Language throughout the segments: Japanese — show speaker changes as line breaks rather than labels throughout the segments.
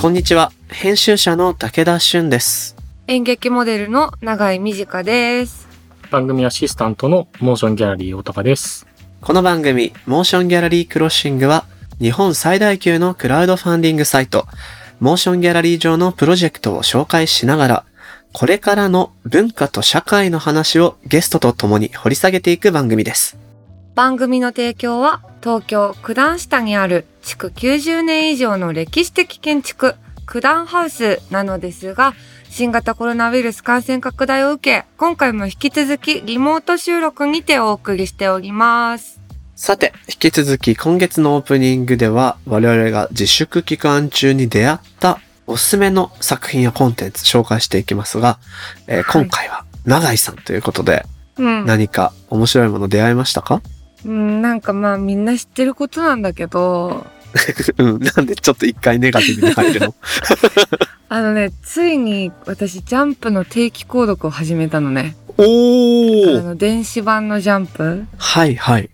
こんにちは。編集者の武田俊です。
演劇モデルの永井美智香です。
番組アシスタントのモーションギャラリー大高です。
この番組、モーションギャラリークロッシングは、日本最大級のクラウドファンディングサイト、モーションギャラリー上のプロジェクトを紹介しながら、これからの文化と社会の話をゲストと共に掘り下げていく番組です。
番組の提供は東京九段下にある築90年以上の歴史的建築九段ハウスなのですが新型コロナウイルス感染拡大を受け今回も引き続きリモート収録にてお送りしております。
さて、引き続き今月のオープニングでは我々が自粛期間中に出会ったおすすめの作品やコンテンツ紹介していきますが、えー
はい
今回は永井さんということで
うん、
何か面白いもの出会いましたか
うんなんかまあみんな知ってることなんだけど
うん。なんでちょっと一回ネガティブに入る の
あのねついに私ジャンプの定期購読を始めたのね
お
あ
ー
の電子版のジャンプ
はいはい。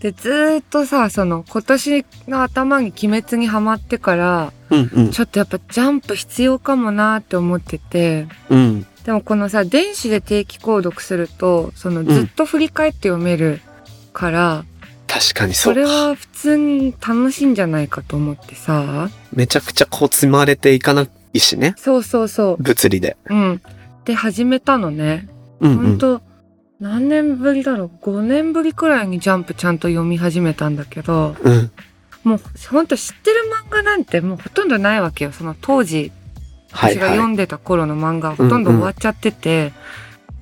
でずーっとさその今年の頭に「鬼滅」にハマってから
うんうん。
ちょっとやっぱジャンプ必要かもなーって思ってて
うん。
でもこのさ電子で定期購読するとそのずっと振り返って読めるから、
確かにそ
そう
か
れは普通に楽しいんじゃないかと思ってさ
めちゃくちゃこう積まれていかないしね。
そうそうそ
物理で。
ううんで始めたのね
うん
ほん
うん。
と、何年ぶりだろう5年ぶりくらいにジャンプちゃんと読み始めたんだけど
うん。
もうほんと知ってる漫画なんてもうほとんどないわけよその当時
はい
私が読
はい。
んでた頃の漫画はほとんど終わっちゃってて、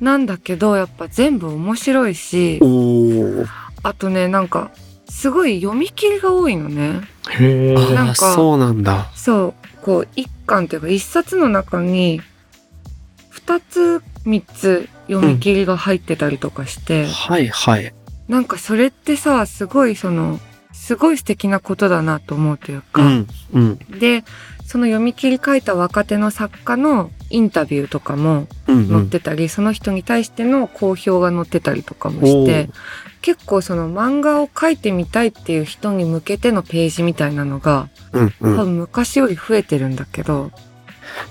なんだけどやっぱ全部面白いし
おー。
あとねなんかすごい読み切りが多いのね
へ
あ
なん
あ、
か
そうなんだ。
そうこう一巻というか一冊の中に2つ3つ読み切りが入ってたりとかして、
はいはい。
なんかそれってさすごいそのすごい素敵なことだなと思うという
う
か、
ん。うん。
でその読み切り書いた若手の作家のインタビューとかも
うんう
載っ
ん。
てたり、その人に対しての好評が載ってたりとかもして結構その漫画を書いてみたいっていう人に向けてのページみたいなのが
うんう
多
ん。
分昔より増えてるんだけど、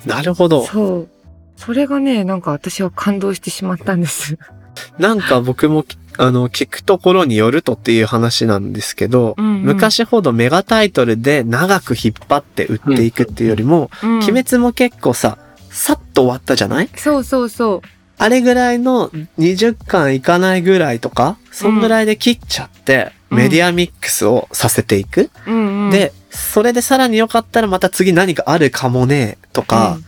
なるほど。
そうそれがねなんか私は感動してしまったんです
なんか僕もき、あの、聞くところによるとっていう話なんですけど、
うんうん
昔ほどメガタイトルで長く引っ張って売っていくっていうよりも、
うん
鬼滅も結構さ、さっと終わったじゃない
そうそうそう
あれぐらいの20巻いかないぐらいとか、そんぐらいで切っちゃって、
うん
メディアミックスをさせていく。
うんうん
で、それでさらに良かったらまた次何かあるかもね、とか、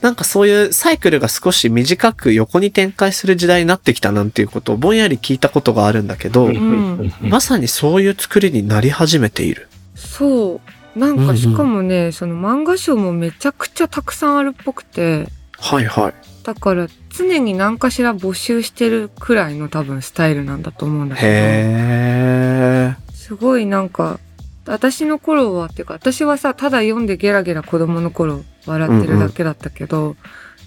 なんかそういうサイクルが少し短く横に展開する時代になってきたなんていうことをぼんやり聞いたことがあるんだけど、
うん
まさにそういう作りになり始めている。
そうなん
うんう
か
ん
しかもね、その漫画賞もめちゃくちゃたくさんあるっぽくて
はいはい。
だから常に何かしら募集してるくらいの多分スタイルなんだと思うんだけ
へ
どすごいなんか私の頃はっていうか私はさただ読んでゲラゲラ子供の頃笑ってるだけだったけど、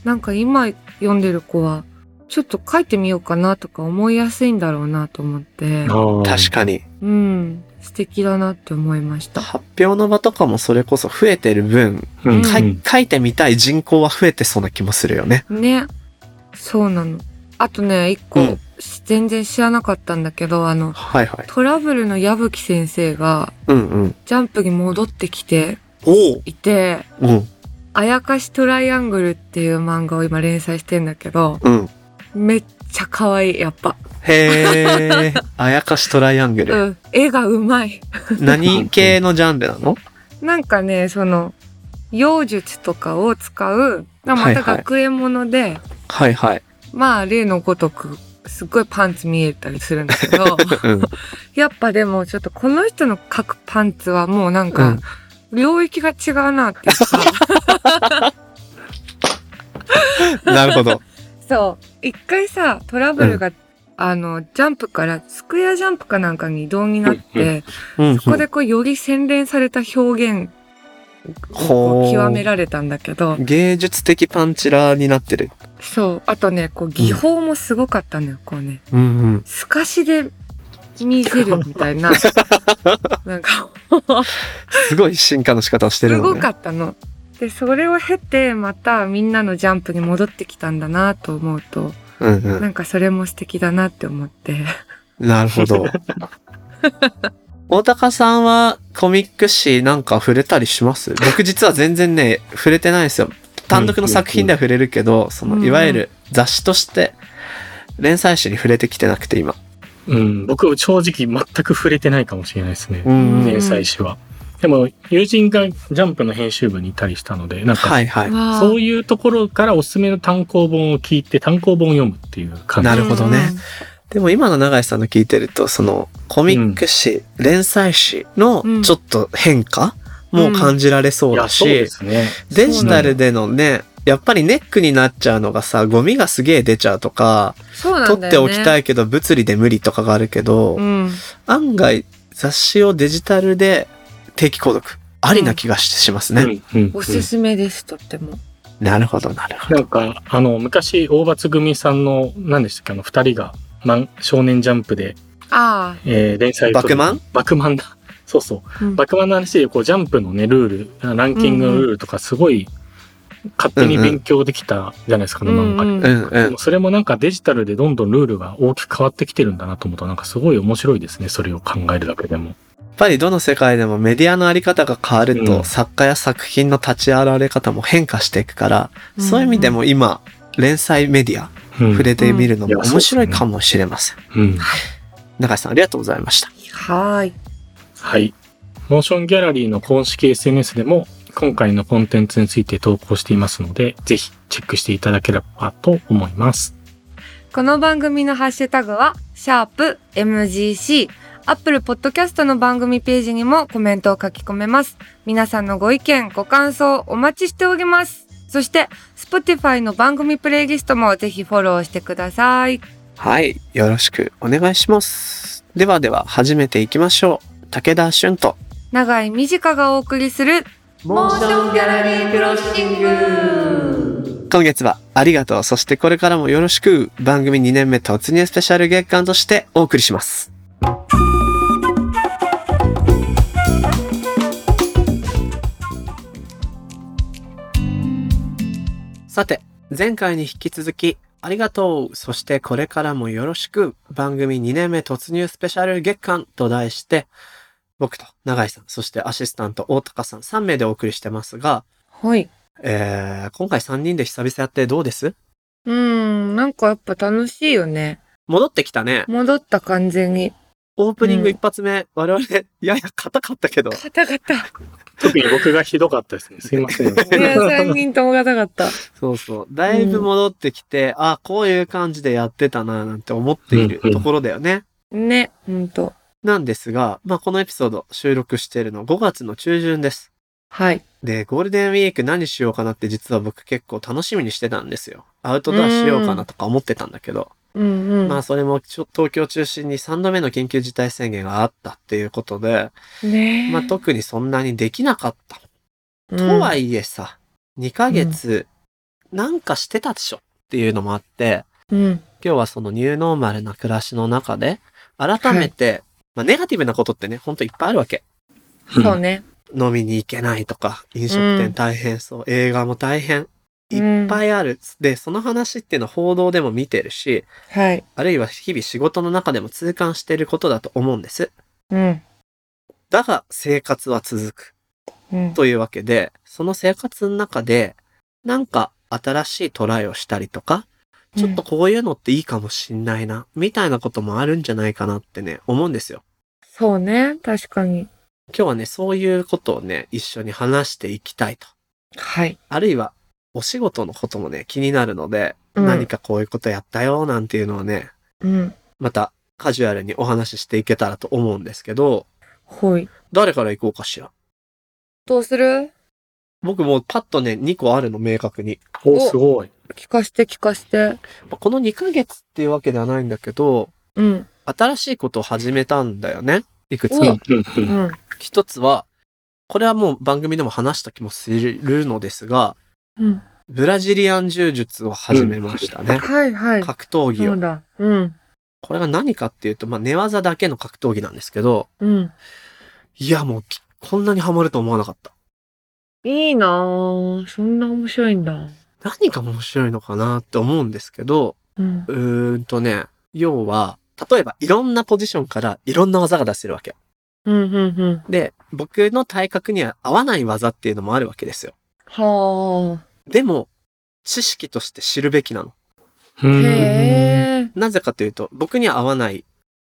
なんか今読んでる子はちょっと書いてみようかなとか思いやすいんだろうなと思って
ー。確
確
かに。
うん素敵だなって思いました。
発表の場とかもそれこそ増えてる分、
か
うん
かい書いてみたい人口は増えてそうな気もするよね。
ねそうなのあとね一個、
うん
全然知らなかったんだけどあの
はいはい。
トラブルの矢吹先生が
うんうん。
ジャンプに戻ってきて
お
いて
うん。
「あやかしトライアングル」っていう漫画を今連載してんだけど
うん。
めっちゃ可愛いやっぱ
へー。 あやかしトライアング
う
ル。
ん絵がうまい
何系のジャンルなの
なんかねその妖術とかを使うま
はいは
た
い
学園もので、
はいはい。
まあ例のごとくすっごいパンツ見えたりするんだけ ど
うん。
やっぱでもちょっとこの人の書くパンツはもうなんか領域が違うなっていうか、
なるほ ど。
そう一回さトラブルが、あのジャンプからスクエアジャンプかなんかに移動になって、
うん。
そこでこうより洗練された表現
ほ
を
ー
極められたんだけど
芸術的パンチラーになってる。
そうあとねこう技法もすごかったのよこうね
うんうん。
透かしで見せるみたい ななんか
すごい進化の仕方をして
す
るの
ご
ね。
かったの。で、それを経て、またみんなのジャンプに戻ってきたんだなと思うと、
うんう。
なんんかそれも素敵だなって思って。
なるほど。大高さんはコミック誌なんか触れたりします僕実は全然ね、触れてないんですよ。単独の作品では触れるけど、そ
うんう
の、
ん
いわゆる雑誌として、連載誌に触れてきてなくて今。
うん、僕、正直全く触れてないかもしれないですね。
うん
うん
連載誌は。でも、友人がジャンプの編集部にいたりしたので、なんか、
はいはい。
わあ
そういうところからおすすめの単行本を聞いて、単行本を読むっていう感じ。
なるほどねでも今の永井さんの聞いてると、そのコミック誌、連載誌の
うん
ちょっと変化も感じられそう
い
だ
や、
し、
そうですね。
デジタルでのね、やっぱりネックになっちゃうのがさ、ゴミがすげえ出ちゃうとか、
そうなん
取
だ
って
よ
お
ね。
きたいけど物理で無理とかがあるけど、
うん。
案外雑誌をデジタルで定期購読、ありな気がしてしますね。
うんうん
おすすめです、とっても。
なるほど、なるほ
な
ど。
んか、あの、昔、大罰組さんの、何でしたっけ、あの、二人が、マン少年ジャンプで、
あ
えー連載を撮る
バクマン
バクマンだ。 そうそう。
あ。うん
バックマンの話でこうジャンプのねルールランキングのルールとかすごい勝手に勉強できたじゃないですか、ね
うん
漫画で。
うん
うんう
で
ん
も。それもなんかデジタルでどんどんルールが大きく変わってきてるんだなと思うとなんかすごい面白いですねそれを考えるだけでも。
やっぱりどの世界でもメディアのあり方が変わると、
うん
作家や作品の立ち現れ方も変化していくから、そういう意味でも今、連載メディア
うん
触れてみるの
うんい
も
やそう
面
ですね
白いかもしれません。
うん
永井さんありがとうございました。
はーい。
はい。モーションギャラリーの公式 SNS でも今回のコンテンツについて投稿していますのでぜひチェックしていただければと思 います。
この番組のハッシュタグは、シャープ MGC。アップルポッドキャストの番組ページにもコメントを書き込めます。皆さんのご意見、ご感想、お待ちしております。そして、Spotify の番組プレイリストもぜひフォローしてください。
はい。よろしくお願いします。ではでは始めていきましょう。武田俊と。
長井美かがお送りする、
モーションギャラリークロッシング今月はありがとう、そしてこれからもよろしく番組2年目突入スペシャル月間としてお送りします。さて、前回に引き続きありがとう、そしてこれからもよろしく番組2年目突入スペシャル月間と題して僕と永井さん、そしてアシスタント大高さん3名でお送りしてますが、
はい。
えー、今回3人で久々やってどうです
うーん、なんかやっぱ楽しいよね。
戻ってきたね。
戻った完全に。
オープニング
うん
一発目、我々、 やや硬かったけど、
硬かった。
特に僕がひどかったですね。すいません。
いや、3人とも硬かった。
そうそう、だいぶ戻ってきて、あ、こういう感じでやってたな、なんて思っている
うんうん
ところだよね。
ね、ほんと。
なんですが、まあ、このエピソード収録しているの5月の中旬です。
はい。
で、ゴールデンウィーク何しようかなって実は僕結構楽しみにしてたんですよ。アウトドアしようかなとか思ってたんだけど、
うんうん。
まあそれもちょ東京中心に3度目の緊急事態宣言があったっていうことで、
ねえ
まあ特にそんなにできなかった。
うん
とはいえさ、2ヶ月なんかしてたでしょっていうのもあって、
うん。
今日はそのニューノーマルな暮らしの中で、改めて、まあネガティブなことってね、ほんといっぱいあるわけ。
そうね。
飲みに行けないとか、飲食店大変そう、映画も大変。いっぱいある。で、その話っていうのは報道でも見てるし、
はい。
あるいは日々仕事の中でも痛感していることだと思うんです。
うん。
だが生活は続く
うん。
というわけで、その生活の中で、なんか新しいトライをしたりとか、ちょっとこういうのっていいかもしんないな、みたいなこともあるんじゃないかなってね、思うんですよ。
そうね。確かに。
今日はね、そういうことをね、一緒に話していきたいと。
はい。
あるいは、お仕事のこともね、気になるので、
うん
何かこういうことやったよ、なんていうのをね、
うん。
またカジュアルにお話ししていけたらと思うんですけど、
ほい。
誰から行こうかしら。
どうする
僕もうパッとね、2個あるの明確に。
お、すごい。
聞かして聞かして。
まあこの2ヶ月っていうわけではないんだけど、
うん。
新しいことを始めたんだよね。いくつ
うん
か。
うんう
うんん。
一つは、これはもう番組でも話した気もするのですが、
うん。
ブラジリアン柔術を始めましたね。
はいはい。
格闘技
そ
を
う。だ。うん。
これが何かっていうと、まあ、寝技だけの格闘技なんですけど、
うん。
いやもうき、こんなにハマると思わなかった。
いいなぁ。そんな面白いんだ。
何が面白いのかなって思うんですけど、
うん。
うーんとね、要は、例えばいろんなポジションからいろんな技が出せるわけ。
うん、うん、うん。
で、僕の体格には合わない技っていうのもあるわけですよ。
は
でも、知識として知るべきなの。
う
ぁ。
ん
へぇ
なぜかというと、僕には合わない、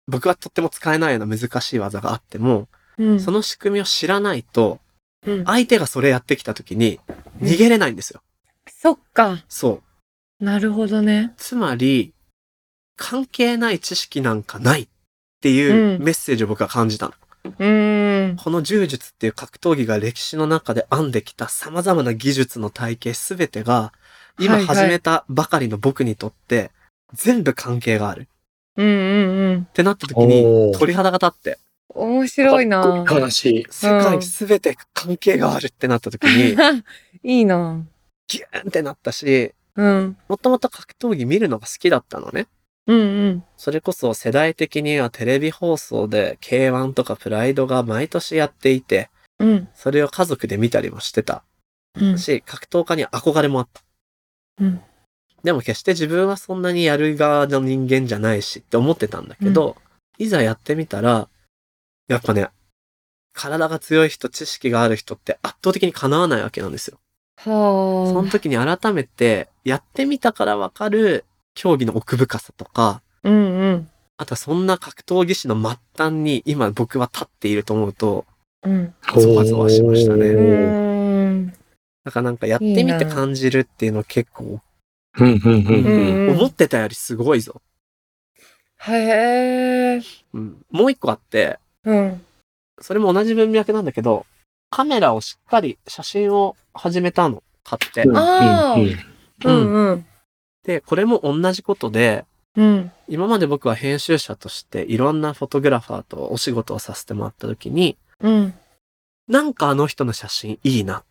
僕はとっても使えないような難しい技があっても、
ー。うん。
その仕組みを知らないと、
うん
相手がそれやってきた時に逃げれないんですよ。
そっか。
そう。
なるほどね。
つまり、関係ない知識なんかないっていう
うん
メッセージを僕は感じたの。
うーん。
この柔術っていう格闘技が歴史の中で編んできた様々な技術の体系すべてが、今
はいはい
始めたばかりの僕にとって、全部関係がある。
うんうんうん。
ってなった時
お
に、
ー
鳥肌が立って、
面白いなぁ。
話。
世界すべて関係があるってなった時に、
いいな
ギューンってなったし、
ぁ。うん。
もともと格闘技見るのが好きだったのね。
うんうん。
それこそ世代的にはテレビ放送で K1 とかプライドが毎年やっていて、
うん。
それを家族で見たりもしてた
うん。
し、格闘家には憧れもあった。
うん
でも決して自分はそんなにやる側の人間じゃないしって思ってたんだけど、いざやってみたら、やっぱね、体が強い人、知識がある人って圧倒的にかなわないわけなんですよ。その
は
時に改めて、やってみたからわかる競技の奥深さとか、
ぁ。うんうん。
あとそんな格闘技師の末端に今僕は立っていると思うと、
うん。
ゾワゾワしましたね
お
う
ー
ーん。
なんかなんかやってみ
いい
て
な
感じるっていうの結構、
うんうんうん
う
うん。
んうん
思ってたよりすごいぞ。
へぇー。
うん、もう一個あって、
うん。
それも同じ文脈なんだけど、カメラをしっかり写真を始めたの、買って。
あーうんうん。
で、これも同じことで、
うん。
今まで僕は編集者としていろんなフォトグラファーとお仕事をさせてもらった時に、
うん。
なんかあの人の写真いいなっ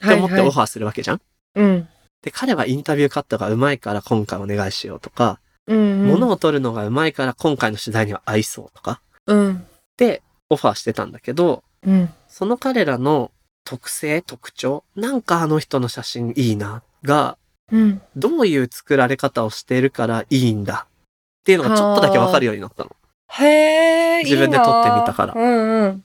は
て
い
思って
は
オ
い。
ファーするわけじゃん、
うん。
で、彼はインタビューカットが上手いから今回お願いしようとか、
うん。
物を取るのがうまいから今回の取材には合いそうとか、
うん。
で、オファーしてたんだけど、
うん。
その彼らの特性、特徴、なんかあの人の写真いいな、が、
うん。
どういう作られ方をしているからいいんだ、っていうのがちょっとだけわかるようになったの。
へぇー。
自分で撮ってみたから
いいなぁうんうん。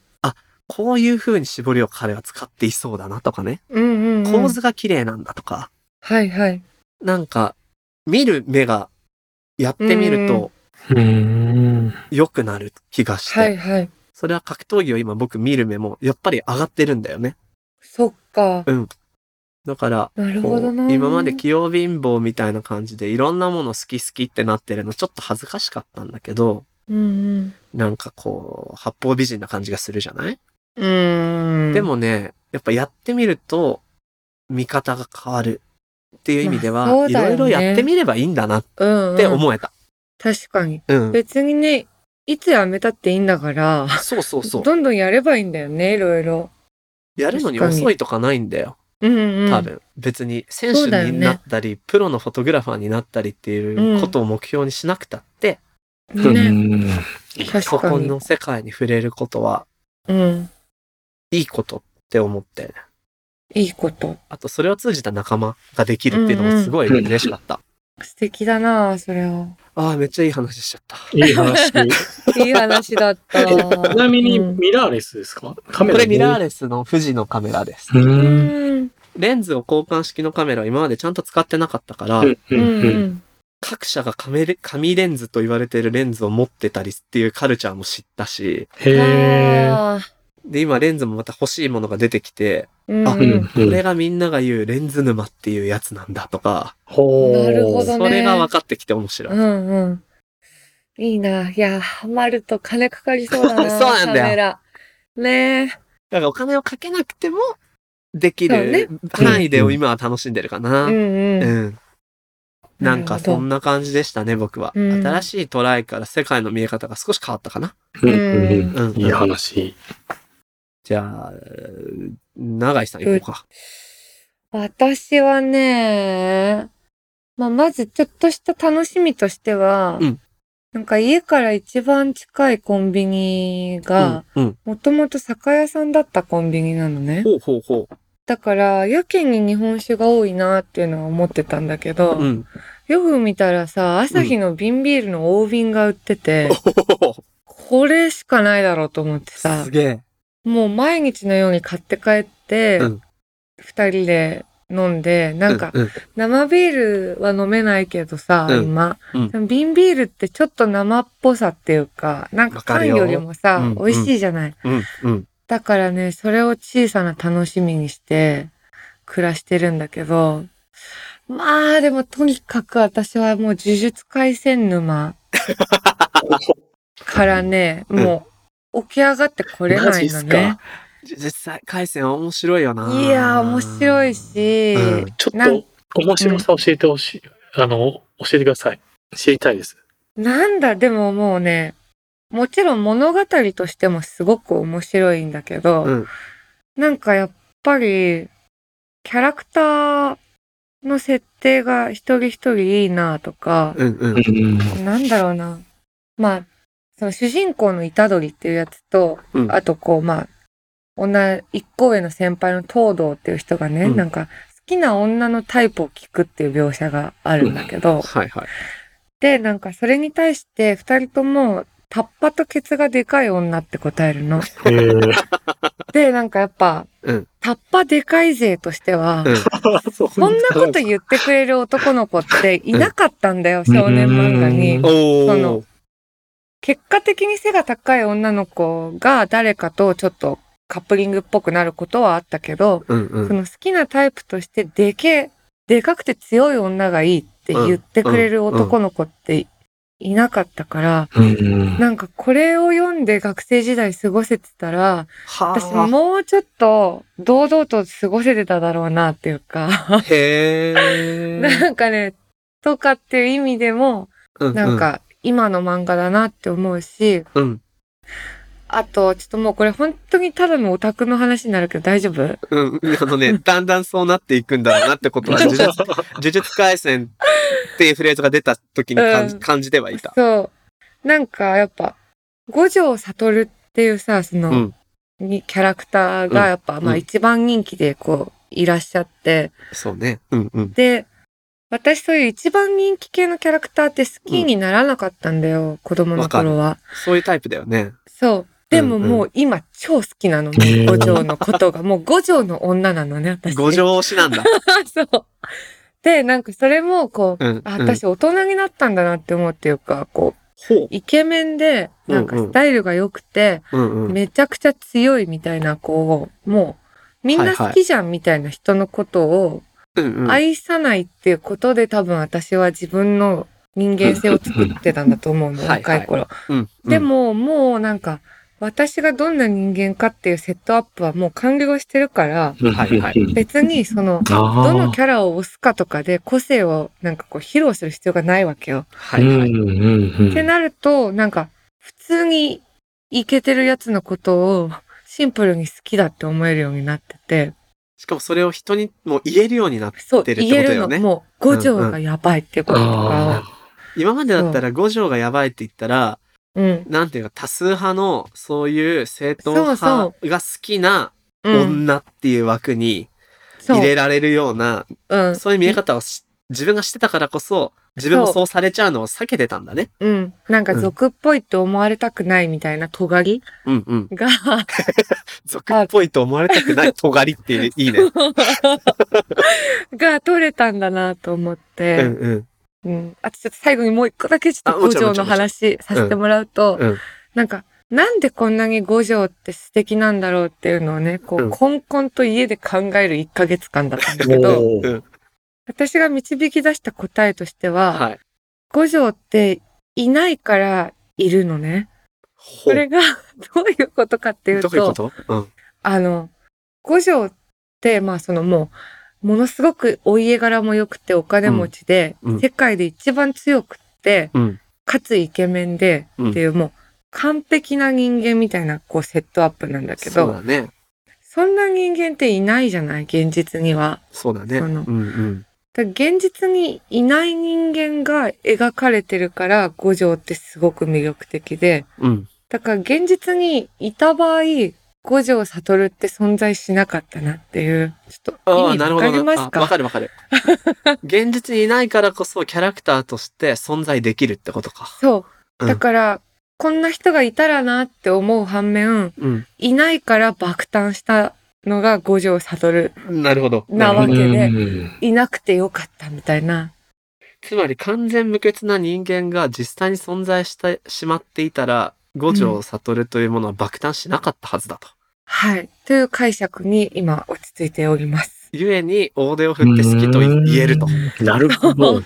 こういう風に絞りを彼は使っていそうだなとかね、
うんうんうん。
構図が綺麗なんだとか、
はいはい。
なんか、見る目が、やってみると
うん。
良くなる気がして、
はいはい。
それは格闘技を今僕見る目もやっぱり上がってるんだよね。
そっか。
だから、
なる
こ
ほ
う
どなぁ。
今まで器用貧乏みたいな感じでいろんなもの好き好きってなってるのちょっと恥ずかしかったんだけど、
うん
なんかこう、八方美人な感じがするじゃない、
うん。うん。
でもね、やっぱやってみると見方が変わるっていう意味では、
まあそう
い
だよ
ろ
ね
いろやってみればいいんだなっ
うん、うん。
て思えた。
確かに。
うん。
別にね、いつやめたっていいんだから、
そうそうそう。
どんどんやればいいんだよね、いろいろ。
やるのに遅いとかないんだよ。
うんうん。
多分、別に選
そうだ
手
よね
になったり、プロのフォトグラファーになったりっていうことを目標にしなくたって、
ね、
こ
確か
こ
に。
の世界に触れることは
うん。
いいことって思って、
いいこと。
あとそれを通じた仲間ができるっていうのもすごい
うんうん
嬉しかった。
素敵だなぁそれは。
ああ、めっちゃいい話しちゃった。
いい話。
いい話 だった。
ちなみに
うん
ミラーレスですかカ
こ
メラ
れミラー
レ
レスの富士のカメラです。
ス。う。
うんん。
レンズを交換式のカメラは今までちゃんと使ってなかったから、
うんう
うん
うん。
ん。
各社がカメレ紙レンズと言われてるレンズを持ってたりっていうカルチャーも知ったし、
へえ。
あー
で、今レンズもまた欲しいものが出てきて、
うん
あ
う。
うんん
これがみんなが言うレンズ沼っていうやつなんだとか、
ほー
なるほど
そ
ね
れが分かってきて面白
う
い。
んうん。いいなぁいや、ハマると金かかりそうだな
そうなんだよ
カメラ。ねえ。
だからお金をかけなくてもでき
そうね
る範囲で今は楽しんでるかな。
うんうん。
うん。なんかそんな感じでしたね、僕は。
うん
新しいトライから世界の見え方が少し変わったかな。
うんうん
うん。
いい話。
じゃあ、長井さん行こうか。
私はね、まあ、まずちょっとした楽しみとしては、
うん
なんか家から一番近いコンビニが、
うん。うん。
もともと酒屋さんだったコンビニなのね。
ほうほうほ
だから、やけに日本酒が多いなっていうのは思ってたんだけど、
うん。
よく見たらさ、朝日の瓶ビールの大瓶が売ってて、これしかないだろうと思って さ
す、げえ。
もう毎日のように買って帰って
うん、
二、人で飲んで、なんか、
うんうん
生ビールは飲めないけどさ、
うん
今、
うん
でも瓶ビールってちょっと生っぽさっていうか、なんか
わか
缶
るよ
よりもさ、
うん
美味しいじゃない。
うん。うん。
だからね、それを小さな楽しみにして暮らしてるんだけど、まあでもとにかく私はもう呪術回 戦沼からね、
ん
もう起き上がってこれ
マ
な
ジ
い
っ
の
す
ね
か。。実際、回線は面白いよな。
いやー、面白い。し、
うん
ちょ
な
っ
ん
と面白さ教えてほしい。あの、教えてください。知りたいです。
なんだ、でももうね、もちろん物語としてもすごく面白いんだけど、
うん
なんかやっぱり、キャラクターの設定が一人一人いいなとか、
うんうん。
うん。
なんだろうな。まあ、その主人公の虎杖っていうやつと、
うん
あとこう、まあ、女、一行への先輩の東堂っていう人がね、
うん
なんか、好きな女のタイプを聞くっていう描写があるんだけど、
はいはい。
で、なんかそれに対して二人とも、タッパとケツがでかい女って答え るの。
えー、
で、なんかやっぱ、
うん
タッパでかい勢としては、
うん
そ
こんなこと言ってくれる男の子っていなかったんだよ、少年漫画
う
に
ん。
お
そ
ー
の。結果的に背が高い女の子が誰かとちょっとカップリングっぽくなることはあったけど、
うんう
そ
ん。
の好きなタイプとしてでけえ、でかくて強い女がいいって言ってくれる男の子っていなかったから、
うん。
なんかこれを読んで学生時代過ごせてたら、私
は
もうちょっと堂々と過ごせてただろうなっていう
あ。
か、
へえ。
なんかね、とかっていう意味でも、
う
なん。か今の漫画だなって思うし、
うん。
あと、ちょっともうこれ本当にただのオタクの話になるけど大丈夫
うん。 あの ね、だんだんそうなっていくんだろうなってことは、呪術呪術廻戦っていうフレーズが出た時に感じ,、
うん
感じてはいた。
そう。なんかやっぱ、五条悟っていうさ、その、
うん
にキャラクターがやっぱ、
うん
まあ
うん
一番人気でこう、いらっしゃって、
そうね。うんうん。
で、私そういう一番人気系のキャラクターって好きにならなかったんだよ、子供の頃は。
そういうタイプだよね。
そう。でも
うんうん
もう今超好きなの、
ー。
五条のことが。もう五条の女なのね、 私。
五。条推しなん だ。
そう。で、なんかそれもこう、
うんうん
あ私大人になったんだなって思うっていうか、こう、
ほ
イケメンで、なんか
うんうん
スタイルが良くて、
う。うんうん。
めちゃくちゃ強いみたいな子を、もう、みんな好きじゃんみたいな人のことを、
うんうん。
愛さないっていうことで多分私は自分の人間性を作ってたんだと思うの、
はいはい
若い頃。
うんうん
で、も、もうなんか、私がどんな人間かっていうセットアップはもう完了してるから、
はいはい
別にその、
ああ。
どのキャラを押すかとかで個性をなんかこう披露する必要がないわけよ。
はいはい。
うんうんうん。
ってなると、なんか、普通にイケてるやつのことをシンプルに好きだって思えるようになってて、
しかもそれを人にもう言えるようになって、
そう、
出るって
言
こと
え
よね
るの、もう五条がやばいっていうこととか
あ
今までだったら五条がやばいって言ったら、
を、うん。
なんていうか多数派のそういう正統
そう
派が好きな
うん、
女っていう枠に
そう
入れられるような、
うん、
そういう見え方をし自分がしてたからこそ、自分もそうされちゃうのを避けてたんだね。
うん。なんか
うん
俗っぽいと思われたくないみたいな尖り
うんうん。
が、
俗っぽいと思われたくない尖りっていいね。
が取れたんだなと思っ
う
て、
んうん。
うんあとちょっと最後にもう一個だけちょっと
あも
五
ちろん
条の話させてもらうと、
うんうん
なんか、なんでこんなに五条って素敵なんだろうっていうのをね、こ
う
う、
ん
こんこんと家で考える1ヶ月間だったんだ
あ。
けど、
お
う
ー
ん。
私が導き出した答えとしては、
はい。
五条っていないからいるのね。
ほ
そうれが どういうことかっていう
ど
と、
ういうことうん。
あの、五条って、まあそのもう、ものすごくお家柄も良くてお金持ちで、
うんうん
世界で一番強くって、
うん
かつイケメンで、
うん
っていうもう完璧な人間みたいなこうセットアップなんだけ
そう
ど、
だね。
そんな人間っていないじゃない、現実には。
そうだね。
そうの
んうん。
だから現実にいない人間が描かれてるから、五条ってすごく魅力的で、
うん。
だから現実にいた場合、五条悟って存在しなかったなっていう、ちょっ
あ
と
あ、
意味
なる
わ
ほど
か
な。
ります
あわ
か
かるわ かる。現実にいないからこそキャラクターとして存在できるってことか。
そうう。
ん
だから、こんな人がいたらなって思う反面、
うん。
いないから爆誕したのが五条悟
なるほど。
なわけで、
うん
いなくてよかったみたいな。
つまり完全無欠な人間が実際に存在してしまっていたら、五条悟というものは爆誕しなかったはずだと。
はい。という解釈に今落ち着いております。
ゆえに大手を振って好きと言えると。。
なるほど。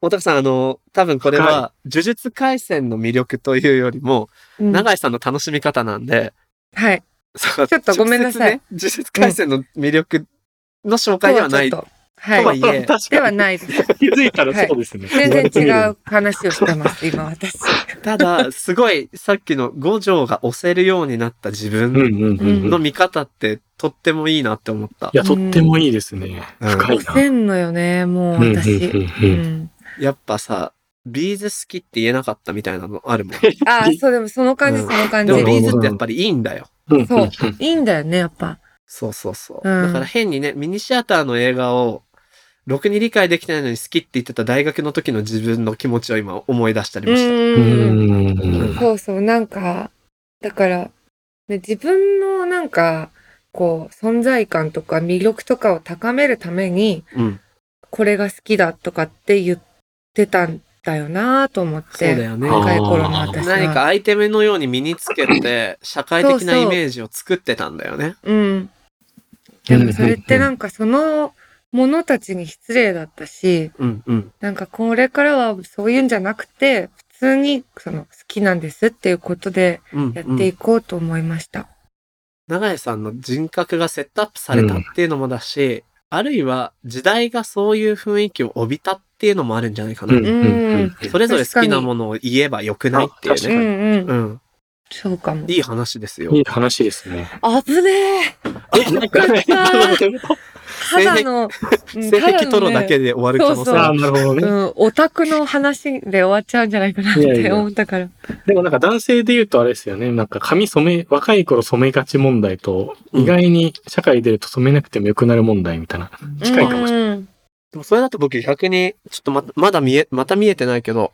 大高さん、あの、多分これは、呪術廻戦の魅力というよりも、
うん
永井さんの楽しみ方なんで、
はい。
ちょ
ちょっとごめんなさい。
直接ね呪術廻戦の魅力の紹介ではない。
とはちょっとはい。
とはいえ
確かに
ではないです。
気づいたらそうですね。
全然違う話をしてます、今私。
ただ、すごい、さっきの五条が押せるようになった自
うん
分
うんうんう
の
ん。い
見方って、とってもいいなって思った。
や、とってもいいですね。
うん
深いな。
せんのよね、もう
うんうん
私。
う
うん
うん
ん。
やっぱさ、ビーズ好きって言えなかったみたいなのあるもん。
ああ、 そう、でもその感じ、その感
で
じ。
もビ
い
ーズってやっぱりいいんだよ。
うんうん
そういんだよね、やっぱ。
そうそうそう。
うん
だから変にね、ミニシアターの映画を、ろくに理解できないのに好きって言ってた大学の時の自分の気持ちを今思い出したり
う
まし
ん。
うん。
そうそう、なんか、だから、ね、自分のなんか、こう、存在感とか魅力とかを高めるために、
た。うん。
これが好きだとかって言ってたんだよなと思っ
そうだ
て。
よね。
あー
若い頃の私は。
何かアイテムのように身につけて、社会的なイメージを作ってたんだよね。
うん。
う
で
ん
もそれってなんかそのものたちに失礼だったし、
うんうん。
なんかこれからはそういうんじゃなくて、普通にその好きなんですっていうことで
うん、
や
う
ってい
ん。
こうと思いました。
長井さんの人格がセットアップされたっていうのもだし、あるいは時代がそういう雰囲気を帯びたっていうのもあるんじゃないかな。
うんうんうん
それぞれ好きなものを言えばよくないっていう
確
う
か
ね
に。
んう。
うんん。
そうかも。
いい話ですよ
い。い話ですね。
危ねえ
え、なんか、
ただの、うん
性癖取るだけで終わる可能性
そう
あ
あ
あ、
る
なるほ
た
ど
だ
ね。
のうん、オタクの話で終わっちゃうんじゃないかなっ
いやい
て
や
思ったから。
でもなんか男性で言うとあれですよね。なんか髪染め、若い頃染めがち問題と、
うん
意外に社会出ると染めなくても良くなる問題みたいな、近いかもしれない。
うん
でもそれだと僕逆に、ちょっとままだ見え、また見えてないけど、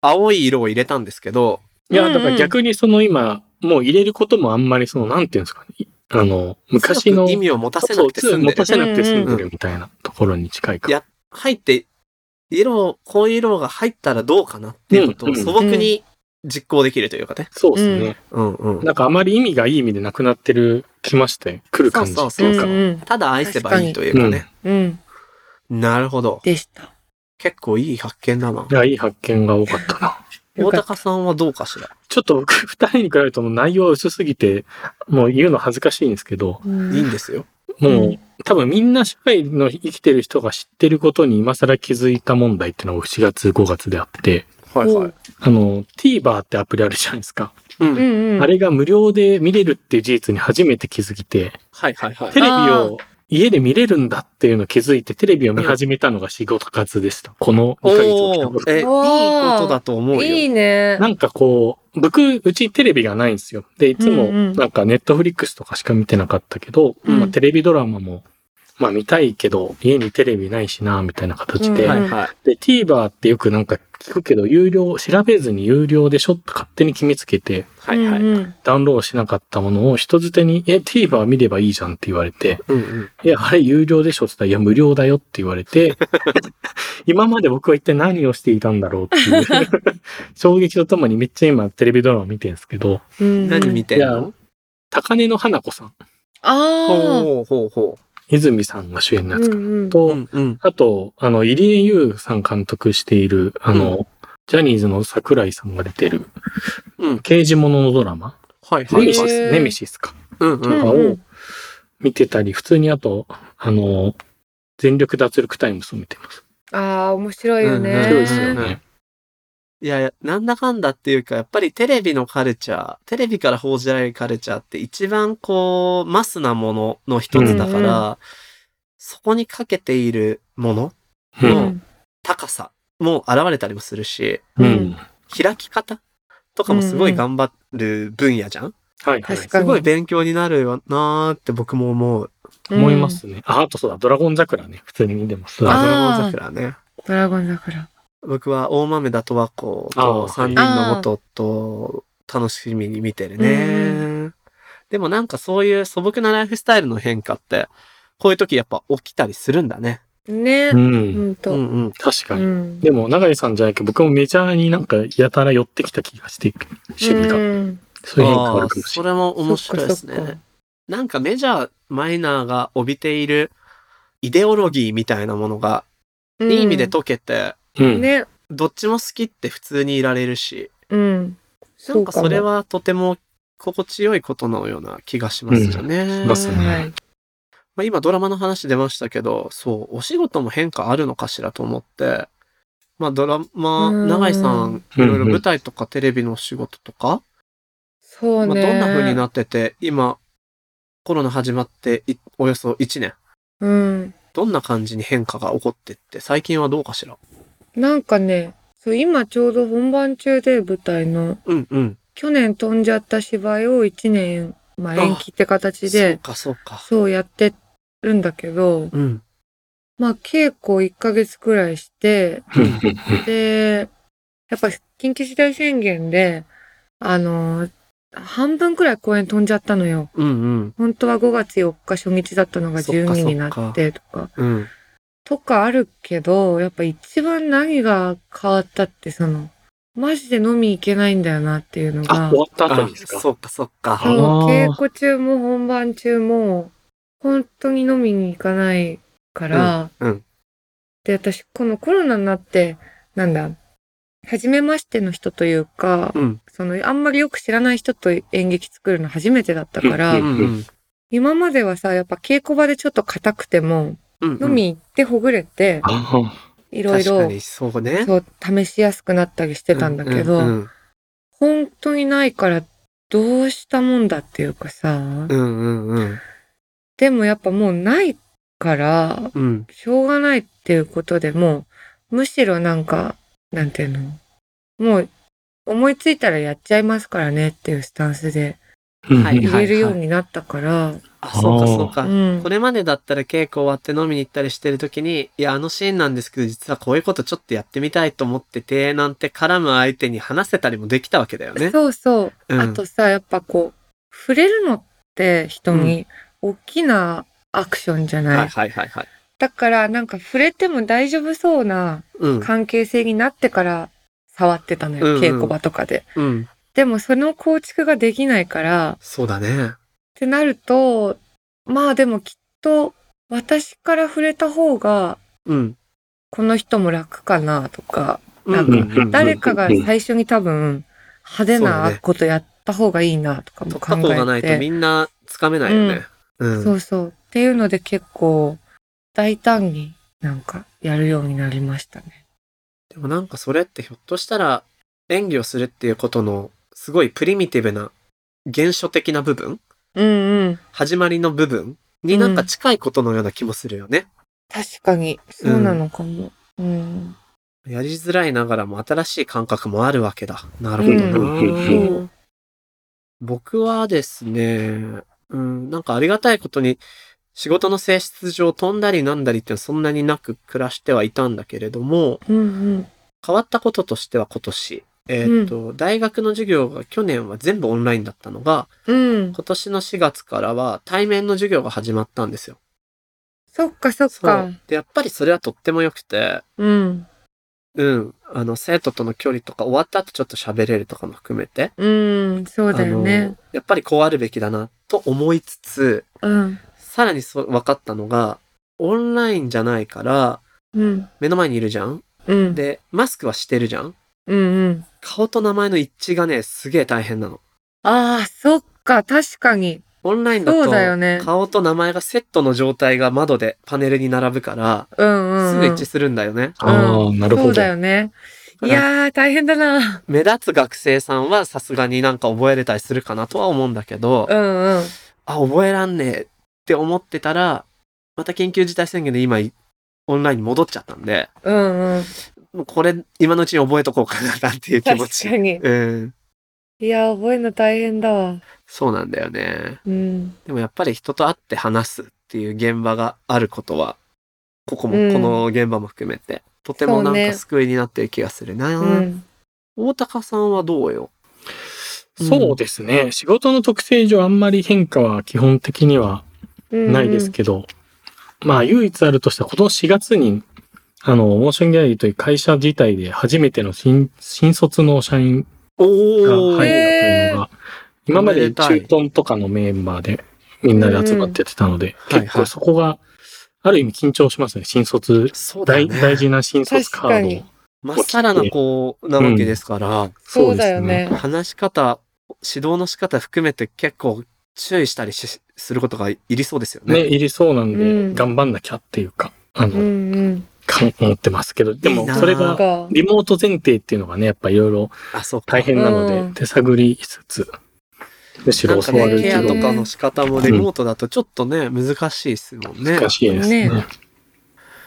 青い色を入れたんですけど、
いや、だか
うんう
ら
ん
逆にその今、もう入れることもあんまりその、なんていうんですかね。いあの、昔の、
強く意味を持たせなくて済ん
持
で
た
る。
せなくて済んでるみたいなところに近いか。
いや入って、色を、こういう色が入ったらどうかなっていうこと
う
を
んうん
素朴に実行できるというかね。
そうですね、
うんうん。
なんかあまり意味がいい意味でなくなってる、きましたよ。来る感じっていうか。。
そううか
ん
ただ愛せばいいというかね。
うん。うん。
なるほど。
でした。
結構いい発見だない
や、いい発見が多かったな。
よ
大
かった
高さんはどうかしら。
ちょっと僕、二人に比べるともう内容は薄すぎて、もう言うの恥ずかしいんですけど、
いいんですよ。
もう、
うん
多分みんな社会の生きてる人が知ってることに今更気づいた問題っていうのが4月、5月であって、
はいはい。
あの、TVer ってアプリあるじゃないですか。
う。
うんんうん。
あれが無料で見れるっていう事実に初めて気づいて、
はいはいはい
テ。レビ
あー
を家で見れるんだっていうのを気づいて、テレビを見始めたのが4、5月でした。この2ヶ月起きた
お
こ
お
と。
え、いい
お
ことだと思う
い
よ。
いね。
なんかこう、僕、うちテレビがないんですよ。で、いつも
うんうん
なんかネットフリックスとかしか見てなかったけど、
うん
まあテレビドラマも、まあ見たいけど、家にテレビないしな、みたいな形で、
うん
はいはい。
で、TVer ってよくなんか聞くけど、有料、調べずに有料でしょって勝手に決めつけて、
はいはい。
う
うん
んうん
ダウンロードしなかったものを人づてに、え、TVer 見ればいいじゃんって言われて、
うん。
いや、あれ有料でしょって言ったら、いや、無料だよって言わ れて、今まで僕は一体何をしていたんだろうって いう衝撃とともにめっちゃ今テレビドラマ見てるんですけど、
うん
何見てん
いや
の
高根の花子さん、
あ
ほうほうほ
泉さんが主演の
あ。
やつかな
うんうん
と、
う。うんうん。
あと、あの、入江優さん監督している、あの、ジャニーズの桜井さんが出てる、
うん
刑事物のドラマ、
はい
ネ
は
メ
い
シ
はい。
へ
ス、
ー
ネメシスか、
うんう
うん
ん。
とか
う
を
ん
見てたり、普通にあと、あの、全力脱力タイムスを見てます。
ああ、面白いよね。
うんうん
そうですよね。
いやいや、なんだかんだっていうか、やっぱりテレビのカルチャー、テレビから報じられるカルチャーって一番こう、マスなものの一つだか
うん
ら、そこにかけているもの、
う。
うんん高さも現れたりもするし、
う
うん
ん。
開き方とかもすごい頑張る分野じゃん、
はい、はい。
確
す
かに
ごい勉強になるよなーって僕も思う。
思いま。すね。あ、あとそうだ、ドラゴン桜ね。普通に見てます。
あ
あ
ドラゴ
あー
ン桜ね。
ドラゴン桜。
僕は大豆田十和子
あー
と3人の元と楽しみに見てるね。でもなんかそういう素朴なライフスタイルの変化って、こういう時やっぱ起きたりするんだね。
ね
う。。
うんん
う
と。
んうん。
確
う
かに。
ん。
でも、永井さんじゃなくて、僕もメジャーになんかやたら寄ってきた気がして、趣味が。
うん
そういう変化あ
あ
るか
ー
もし
そ
れない。
れも面白いです
そっかそっ
ね
か。
なんかメジャー、マイナーが帯びているイデオロギーみたいなものが、いい意味で解けて、
うん。
ね。
どっちも好きって普通にいられるし、
うん。
な
そ
ん
う
か
かも
それはとても心地よいことのような気がしますよね。
ん
ま
ますね
はい
あ、今ドラマの話出ましたけど、そう、お仕事も変化あるのかしらと思って、まあドラマ、
うん
長井さん、い
うん
ろいろ舞台とかテレビのお仕事とか、
そう
まあ、
ね。
どんな風になってて、今、コロナ始まっていおよそ1年、
うん。
どんな感じに変化が起こってって、最近はどうかしら
なんかね、そう今ちょうど本番中で舞台の
うんうん。
去年飛んじゃった芝居を1年、まあ、
あ
延期って形
そう
で
かそうか。
そうやってるんだけど、
うん。
まあ稽古1ヶ月くらいして、
うんうんうん
で、やっぱ緊急事態宣言で、あの、半分くらい公演飛んじゃったのよ。
うんうん。
本当は5月4日初日だったのが
そっかそっか
12になってとか。
うん。
とかあるけど、やっぱ一番何が変わったって、その、マジで飲み行けないんだよなっていうの
あ、
が
終、わった後
あ
にです、か
そうかそう
そ
か。
う
あー
稽古中も本番中も、本当に飲みに行かないから、
うんうん
で、私、このコロナになって、なんだ、初めましての人というか、
うん。
その、あんまりよく知らない人と演劇作るの初めてだったから、
うんうん
今まではさ、やっぱ稽古場でちょっと硬くても、
うんうん
飲み行ってほぐれて、
あ
いろい
確
ろ
かにそうね。
そう、試しやすくなったりしてたんだけど、
うんうん
本当にないからどうしたもんだっていうかさ、
うんうんうん
でもやっぱもうないから、
うん。
しょうがないっていうことでもう、むしろなんか、なんていうの、もう思いついたらやっちゃいますからねっていうスタンスで
ーうん
はい
言えるようになったから、
あ、そうかそう
う
か。
ん
こ。れまでだったら稽古終わって飲みに行ったりしてる時に、いや、あのシーンなんですけど、実はこういうことちょっとやってみたいと思ってて、なんて絡む相手に話せたりもできたわけだよね。
そうそう。
うん
あとさ、やっぱこう、触れるのって人に大きなアクションじゃない
はいはいはいはい。
だからなんか触れても大丈夫そうな
うん。
関係性になってから触ってたのよ、
うんうん
稽古場とかで。
うん。
でもその構築ができないから、
そうだね。
ってなると、まあでもきっと私から触れた方が
うん。
この人も楽かなとか、
う
なん
うん
ん。
うんうん
誰かが最初に多分派手
そうだ
な
ね
ことやった方がいいなとかも
突
考
破口がな
え
いと
て。
みんなつかめないよね。うん。
そうそう。っていうので結構大胆になんかやるようになりましたね。
でもなんかそれってひょっとしたら演技をするっていうことのすごいプリミティブな原初的な部分
うんうん。
始まりの部分になんか近いことのような気もするよね。
確かに、そうなのかも。うん。
やりづらいながらも新しい感覚もあるわけだ。なるほどな。
うん
うん
僕はですね、うん、なんかありがたいことに仕事の性質上飛んだりなんだりってそんなになく暮らしてはいたんだけれども、
うん
変わったこととしては今年、えーっと、大学の授業が去年は全部オンラインだったのが、
うん。うん。
今年の4月からは対面の授業が始まったんですよ。
そっかそっか。う
で、やっぱりそれはとっても良くて、
ん。
うん、あの、生徒との距離とか終わった後ちょっと喋れるとかも含めて、
うん。そうだよ
あ
ね
の。やっぱりこうあるべきだなと思いつつ、
うん。
さらにそう分かったのが、オンラインじゃないから、
うん。
目の前にいるじゃん
うん。
で、マスクはしてるじゃん
うんうん。
顔と名前の一致がね、すげえ大変なの。
ああ、そっか。確かに。
オンラインだ
そう
と、
だよね。
顔と名前がセットの状態が窓でパネルに並ぶから、
うんうん
す
うん。
ぐ一致するんだよね。
ああ、なる
そ
ほ
う
ど
だ。よね。いやー、大変だな。
目立つ学生さんはさすがになんか覚えれたりするかなとは思うんだけど、
うんうん。
あ、覚えらんねえって思ってたら、また緊急事態宣言で今い、オンラインに戻っちゃったんで、
うんうん。
もうこれ、今のうちに覚えとこうかななんていう気持
確
ち。
かに。
うん。
いや、覚えるの大変だわ。
そうなんだよね。
うん。
でもやっぱり人と会って話すっていう現場があることは、ここも、
うん
この現場も含めて、とてもなん
そう
か
ね
救いになってる気がするな、
うん。
大高さんはどうようん
そうですね。仕事の特性上あんまり変化は基本的には
うん
ないですけど、まあ唯一あるとしたら今年4月に、あの、モーションギャラリーという会社自体で初めての新新卒の社員
お
が
ー、
入るというのが、今ま
おめ
で
でたい
中東とかのメンバーでみんなで集まってやってたので、
うんは
結
いは
構
い
そこが、ある意味緊張しますね。新卒、
そうだ
大
よ
大
ね。
事な新卒カード
確
を
か。
まっさらな子なわけですから、
そうだよ。ね。
話し方、指導の仕方含めて結構注意したりしすることがいりそうですよ
ね、
ね。
入りそうなん
う
で、
ん
頑張んなきゃっていうか、あ
う
の、
んうん。
か思ってますけど、で
いい
も
なあ
それ
なん
が、
か、
リモート前提っていうのがね、やっぱいろいろ
あ、そうか。
大変なので、
うん
手探りしつつ、むし
な
ろ
んか
教わ
ね、
る
ケ
け
ア
ど
と、かの仕方もレモートだとちょっとね、難しいですもんね。
難しいですね。
ね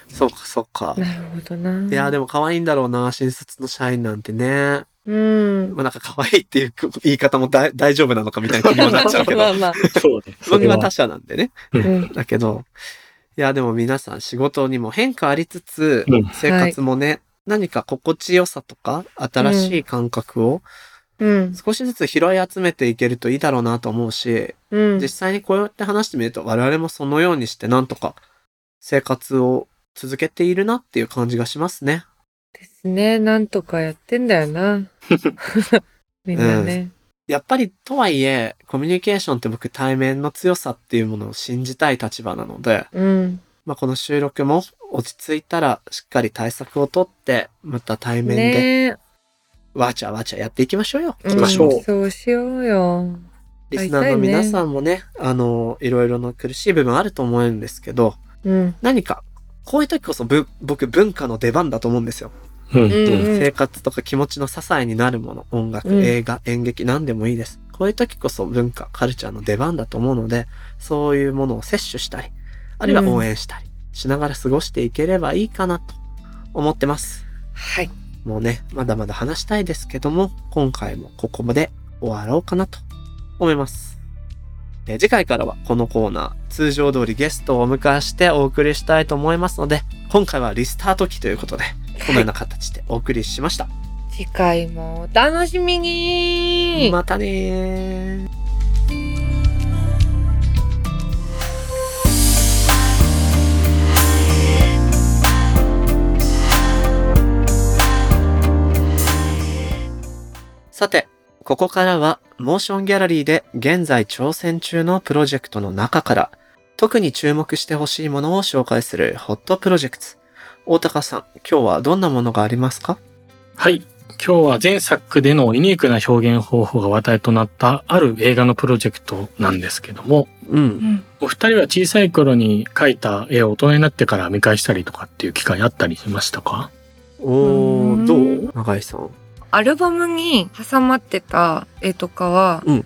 そうか、そうか。
なるほどな。
いやーで
も。
も可愛いんだろうな、新卒の社員なんてね。
うん。
まあなんか可愛いっていう言い方もだ大丈夫なのかみたいな気にもなっ ちゃうけ
まあ
ど。
まあ。
そうね。そ
僕
れ
は
は
他、社なんでね。
うん。
だけど、いや、でも皆さん仕事にも変化ありつつ
うん、
生活もね、何か心地よさとか、新しい感覚を
うん。
少しずつ拾い集めていけるといいだろうなと思うし、
うん。
実際にこうやって話してみると、我々もそのようにしてなんとか生活を続けているなっていう感じがしますね。
ですね。なんとかやってんだよな。みんなね。
やっぱりとはいえ、コミュニケーションって僕対面の強さっていうものを信じたい立場なので、
うん。
まあ、この収録も落ち着いたらしっかり対策をとって、また対面で
ねえ。
わちゃわちゃやっていきましょうよ。
行きましょうん
そうしようよ。
リスナーの皆さんもね、あの、いろいろな苦しい部分あると思うんですけど、
うん。
何か、こういう時こそぶ僕文化の出番だと思うんですよ。
うん
う
うん
ん。
生活とか気持ちの支えになるもの音楽、
うん
映画演劇何でもいいですこういう時こそ文化カルチャーの出番だと思うのでそういうものを摂取したりあるいは
うん
応援したりしながら過ごしていければいいかなと思ってます
はい。
もうねまだまだ話したいですけども今回もここまで終わろうかなと思いますえー次回からはこのコーナー通常通りゲストをお迎えしてお送りしたいと思いますので今回はリスタート期ということでこのような形でお送りしました
次回もお楽しみに
またねー。さて、ここからは、モーションギャラリーで現在挑戦中のプロジェクトの中から、特に注目してほしいものを紹介するホットプロジェクト。大高さん、今日はどんなものがありますか
はい。今日は前作でのユニークな表現方法が話題となったある映画のプロジェクトなんですけども、
うん。
お二人は小さい頃に描いた絵を大人になってから見返したりとかっていう機会あったりしましたか
お
う
ー、
ん
どう長井さん。
アルバムに挟まってた絵とかは
うん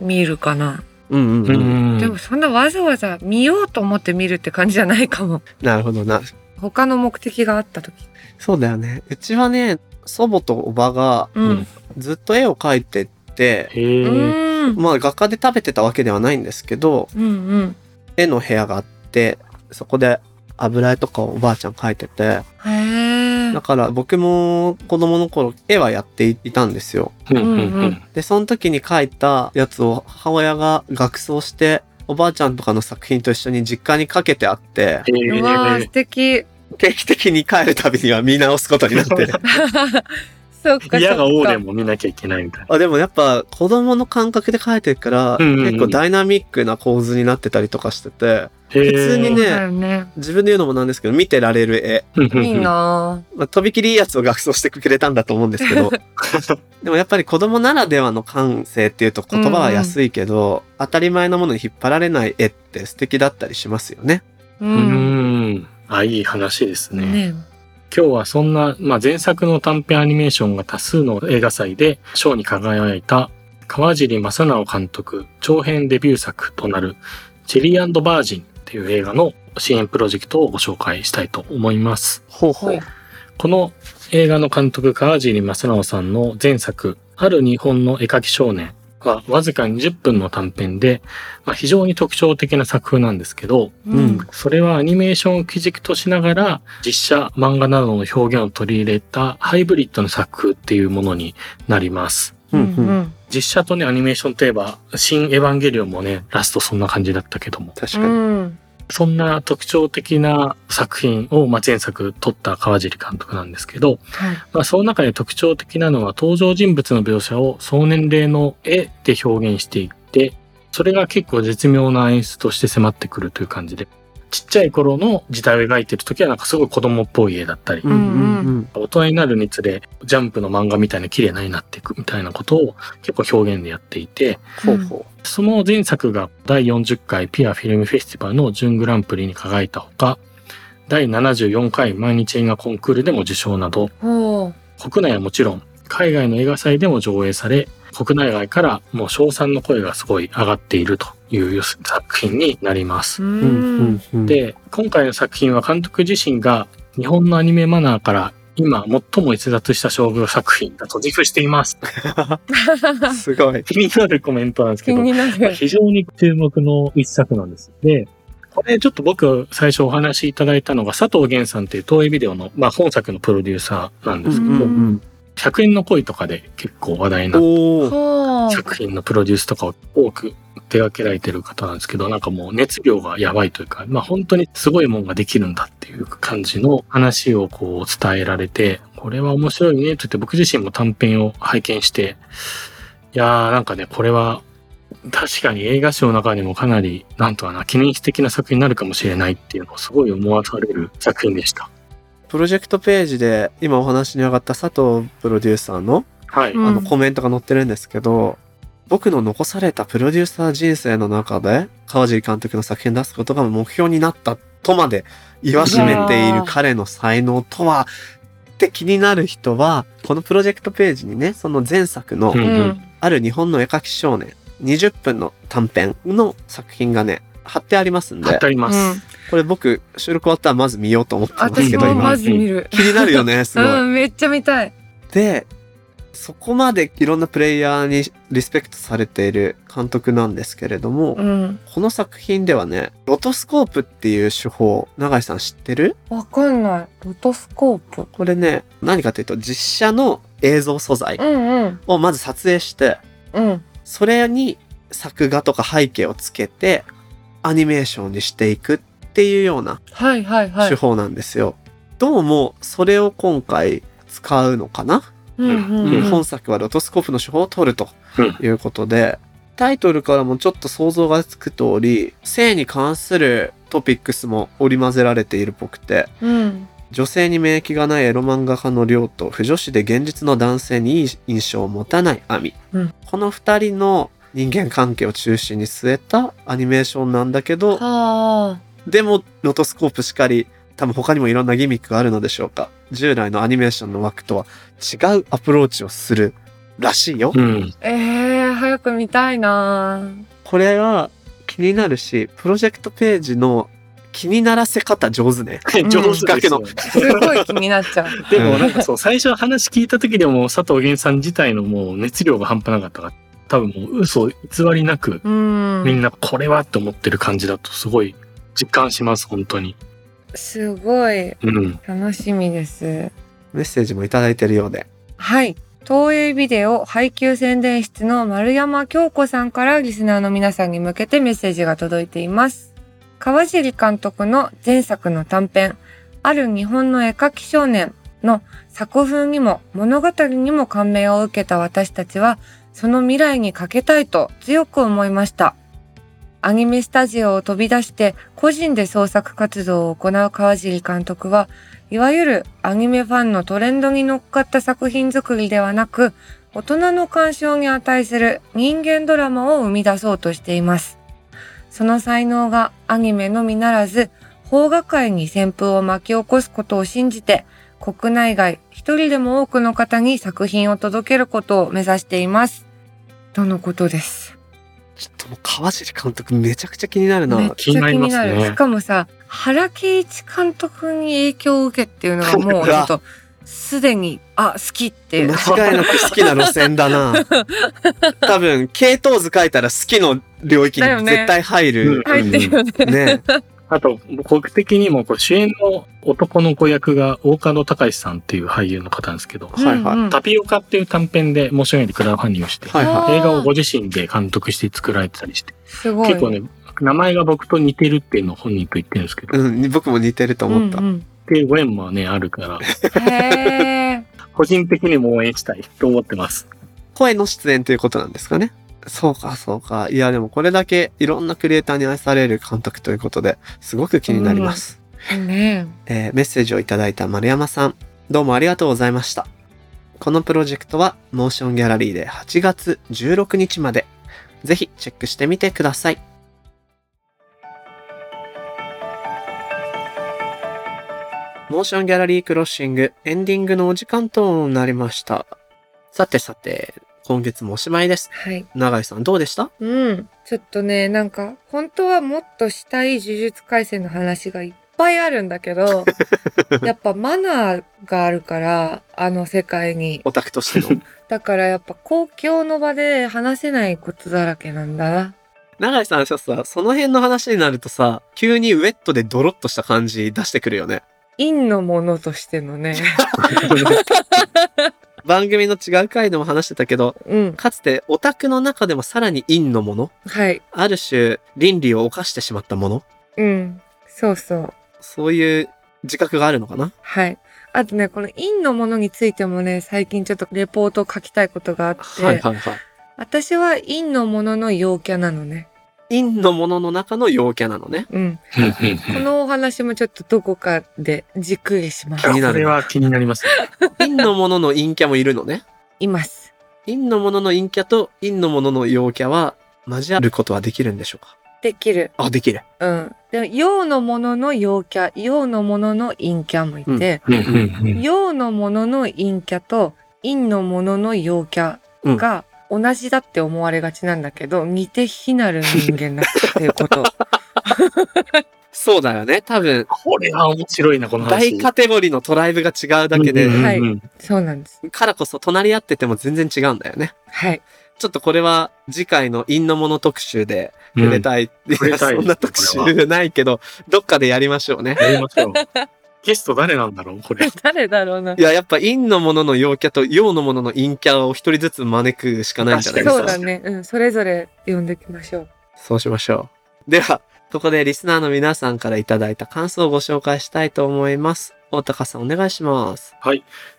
うん。
見るかな。
うんうんうん。
でもそんなわざわざ見ようと思って見るって感じじゃないかも。
なるほどな。
他の目的があった時。
そうだよね。うちはね、祖母とおばが
うん。
ずっと絵を描いてて、
へ
う
え。
ん。
まあ画家で食べてたわけではないんですけど、
うんうん。
絵の部屋があって、そこで油絵とかをおばあちゃん描いてて、
へえ
だ。から僕も子供の頃絵はやっていたんですよ。
うんうん
うん
う
うんん。
で、その時に描いたやつを母親が学装して、おばあちゃんとかの作品と一緒に実家にかけてあって、
へえ
うわあ素敵。
定期的に帰るたびには見直すことになって。
そっかそっか。
嫌が王でも見なきゃいけないみたいな。
あでもやっぱ子供の感覚で描いてるから、
うんうんうん
結構ダイナミックな構図になってたりとかしてて
普
通に
そう
ね
だよね。
自分で言うのもなんですけど見てられる絵、
いいな
まあ、とびきりいいやつを学装してくれたんだと思うんですけ どでもやっぱり子供ならではの感性っていうと言葉は安いけど、当たり前のものに引っ張られない絵って素敵だったりしますよね。
ぁ。う。
うんん。あ、いい話ですね。
ね
今日はそんな、まあ、前作の短編アニメーションが多数の映画祭で賞に輝いた川尻正直監督長編デビュー作となるチェリーバージンっていう映画の支援プロジェクトをご紹介したいと思います。
ほう
ほう
この映画の監督川尻正直さんの前作ある日本の絵描き少年はわずか20分の短編で、まあ、非常に特徴的な作風なんですけど、
うん
それはアニメーションを基軸としながら実写、漫画などの表現を取り入れたハイブリッドの作風っていうものになります。
うん
う
うん。
ん
実写とね、アニメーションといえば、新エヴァンゲリオンもね、ラストそんな感じだったけども、
確
う
かに。
ん
そんな特徴的な作品を、まあ、前作撮った川尻監督なんですけど、
はい
まあ、その中で特徴的なのは登場人物の描写を総年齢の絵で表現していって、それが結構絶妙な演出として迫ってくるという感じで、ちっちゃい頃の時代を描いてる時はなんかすごい子供っぽい絵だったり、
うんうんうん。
大人になるにつれジャンプの漫画みたいな綺麗な絵になっていくみたいなことを結構表現でやっていて、
ほうほ
その前作が第40回ピアフィルムフェスティバルの準グランプリに輝いたほか、第74回毎日映画コンクールでも受賞など、
ほ
国内はもちろん、海外の映画祭でも上映され、国内外からもう称賛の声がすごい上がっているという作品になります
う。
う。うんうんうん。、
で、今回の作品は監督自身が日本のアニメマナーから今最も逸脱した勝負作品だと自負しています。
すごい。
気になるコメントなんですけ
気
ど、
になる
非常に注目の一作なんです。で、これちょっと僕最初お話しいただいたのが佐藤源さんっていう東映ビデオの、まあ、本作のプロデューサーなんで
うん
すけ
う
ど、
んうん。
100円の恋とかで結構話題になっ
おお。
ほう
た作品のプロデュースとかを多く手掛けられてる方なんですけど、なんかもう熱量がやばいというか、まあ本当にすごいもんができるんだっていう感じの話をこう伝えられて、これは面白いねって言って僕自身も短編を拝見して、いやーなんかね、これは確かに映画賞の中でもかなり、なんとかな、記念碑的な作品になるかもしれないっていうのをすごい思わされる作品でした。
プロジェクトページで今お話に上がった佐藤プロデューサーの
はい。
うん
あのコメントが載ってるんですけど、僕の残されたプロデューサー人生の中で川尻監督の作品を出すことが目標になったとまで言わしめている彼の才能とはって気になる人はこのプロジェクトページにねその前作の
うん
うん
ある日本の絵描き少年20分の短編の作品がね貼ってありますん
当
で
たります。
これ僕収録終わったらまず見ようと思ったんです
私
けど
も
今
まず見る
気になるよねすごい。
うんめっちゃ見たい
でそこまでいろんなプレイヤーにリスペクトされている監督なんですけれども、
うん
この作品ではねロトスコープっていう手法永井さん知ってる
わかんないロトスコープ
これね何かというと実写の映像素材
うんうん
をまず撮影して
うん
それに作画とか背景をつけてアニメーションにしていくっていうような
はいはいは
手
い
法なんですよ。どうもそれを今回使うのかな
うんうん
う
うん
本作はロトスコープの手法を取ると
うん
いうことで、タイトルからもちょっと想像がつく通り性に関するトピックスも織り交ぜられているっぽくて
うん
女性に免疫がないエロ漫画家の亮と不女子で現実の男性にいい印象を持たない亜美、
うん
この2人の人間関係を中心に据えたアニメーションなんだけど
はあ
でもロトスコープしかり多分他にもいろんなギミックがあるのでしょうか従来のアニメーションの枠とは違うアプローチをするらしいよ、
うん。
えー、早く見たいなぁ
これは気になるしプロジェクトページの気にならせ方上手ね
上手です
崖の
よね
すごい気になっちゃう
でもなんかそう、最初話聞いた時でも佐藤源さん自体のもう熱量が半端なかったから、多分もう嘘偽りなく、
うん
みんなこれはって思ってる感じだとすごい実感します、本当に。
すごい
うん。
楽しみです
メッセージもいただいてるようで
はい。東映ビデオ配給宣伝室の丸山京子さんからリスナーの皆さんに向けてメッセージが届いています。川尻監督の前作の短編、ある日本の絵描き少年の作風にも物語にも感銘を受けた私たちは、その未来にかけたいと強く思いました。アニメスタジオを飛び出して個人で創作活動を行う川尻監督は、いわゆるアニメファンのトレンドに乗っかった作品作りではなく、大人の鑑賞に値する人間ドラマを生み出そうとしています。その才能がアニメのみならず、邦画界に旋風を巻き起こすことを信じて、国内外一人でも多くの方に作品を届けることを目指しています。とのことです。
ちょっともう川尻監督めちゃくちゃ気になるな、
めっちゃ気にな
気になり
る。
ますね
しかもさ、原敬一監督に影響を受けっていうのがもうちょっとすでに、あ、好きっていう。
間違いなく好きな路線だな。多分、系統図書いたら好きの領域に絶対入る。
だよ
入ってるよね。
うんね。
あと、僕的にもこう主演の男の子役が大門隆史さんっていう俳優の方なんですけど、
うんはいはい
うんうん
タピオカっていう短編でモーションよりクラウドファンディングして、
はいは
映画をご自身で監督して作られてたりして、
すごい。
結構ね、名前が僕と似てるっていうのを本人と言ってるんですけど、
い。うん、僕も似てると思った
う。ん
っていうご縁もね、あるから、
うんへー
個人的にも応援したいと思ってます。
声の出演ということなんですかね。そうか、そうか。いや、でもこれだけいろんなクリエイターに愛される監督ということで、すごく気になります。
ね
えーメッセージをいただいた丸山さん、どうもありがとうございました。このプロジェクトは、モーションギャラリーで8月16日まで、ぜひチェックしてみてください。モーションギャラリークロッシングエンディングのお時間となりました。さてさて、今月もおしまいです。
はい。
永井さんどうでした
うん。ちょっとね、なんか、本当はもっとしたい呪術廻戦の話がいっぱいあるんだ けど、やっぱマナーがあるから、あの世界に。
オタクとしての。
だからやっぱ公共の場で話せないことだらけなんだな。
永井さんさ、さその辺の話になるとさ、急にウェットでドロッとした感じ出してくるよね。
陰のものとして のね。
番組の違う回でも話してたけど、
うん。
かつてオタクの中でもさらに陰のもの、
はい。
ある種倫理を犯してしまったもの、
うん。そうそう。
そういう自覚があるのかな
はい。あとね、この陰のものについてもね、最近ちょっとレポートを書きたいことがあって、
はいはい。
私は陰のものの陽キャなのね。
陰のものの中の陽キャなのね。
うん。このお話もちょっとどこかでじっくりします
気。になる
これは気になりますね。
陰のものの陰キャもいるのね。
います。
陰のものの陰キャと陰のものの陽キャは交わることはできるんでしょうか
できる。
あ、できる。
うん。でも、陽のものの陽キャ、陽のものの陰キャもいて、
うんうんうん
陽のものの陰キャと陰のものの陽キャが同じだって思われがちなんだけど、似て非なる人間だっていうこと。
そうだよね。多分、
これは面白いな、この話。
大カテゴリーのトライブが違うだけ
うん
で、
は
う
い
んうん
そうなんです。
からこそ隣り合ってても全然違うんだよね。
はい。
ちょっとこれは次回の陰のもの特集で
うん
触れたい。いや
触れたい
そんな特
これ
集ないけど、どっかでやりましょうね。。
やりましょう。ゲスト誰なんだろうこれ。
誰だろうない
や、やっぱ陰のものの陽キャと陽のものの陰キャを一人ずつ招くしかないんじゃないですか。
そうだね。うん。それぞれ呼んできましょう。
そうしましょう。では、ここでリスナーの皆さんからいただいた感想をご紹介したいと思います。大高さんお願いします。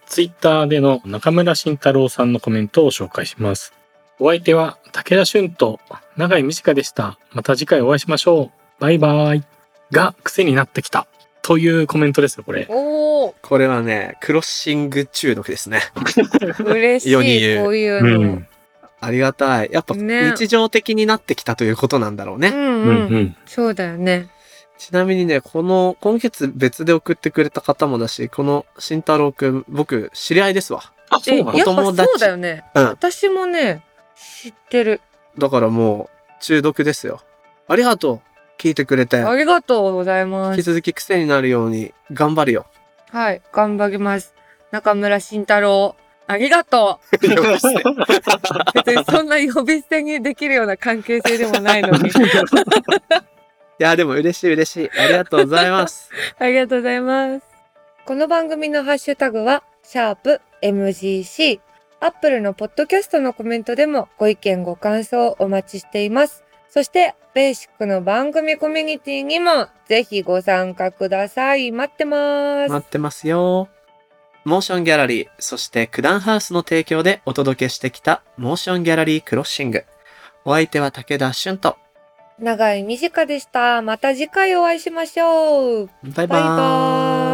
ツイッターでの中村慎太郎さんのコメントを紹介します。お相手は武田俊と永井美智香でした。また次回お会いしましょう。バイバイ。が癖になってきた。というコメントですよ、これ。
おお
これはね、クロッシング中毒ですね。
嬉しい。
世に言う
こういう
う
の。
ん。
ありがたい。やっぱ
ね
日常的になってきたということなんだろうね
う。
うんんう
うん。
ん。
そうだよね。
ちなみにね、この、今月別で送ってくれた方もだし、この慎太郎くん、僕、知り合いですわ。
あ、そう
え
な
やっ
の
ぱ
いや
そうだよね。
うん
私もね、知ってる。
だからもう、中毒ですよ。ありがとう聞いてくれて。
ありがとうございま
引き
す。
続き癖になるように、頑張る よ。
はい。頑張ります。中村慎太郎。ありがとう。別にそんな呼び捨てにできるような関係性でもないの に。
いや、でも嬉しい嬉しい。ありがとうござい ます。
ありがとうございます。この番組のハッシュタグは、シャープ MGC。アップルのポッドキャストのコメントでもご意見ご感想をお待ちしています。そして、ベーシックの番組コミュニティにもぜひご参加ください。待ってます。
待ってますよ。モーションギャラリー、そして九段ハウスの提供でお届けしてきた、モーションギャラリークロッシング。お相手は武田俊と。
長い短でした。また次回お会いしましょう。
バイバ
バイバ
ーイ。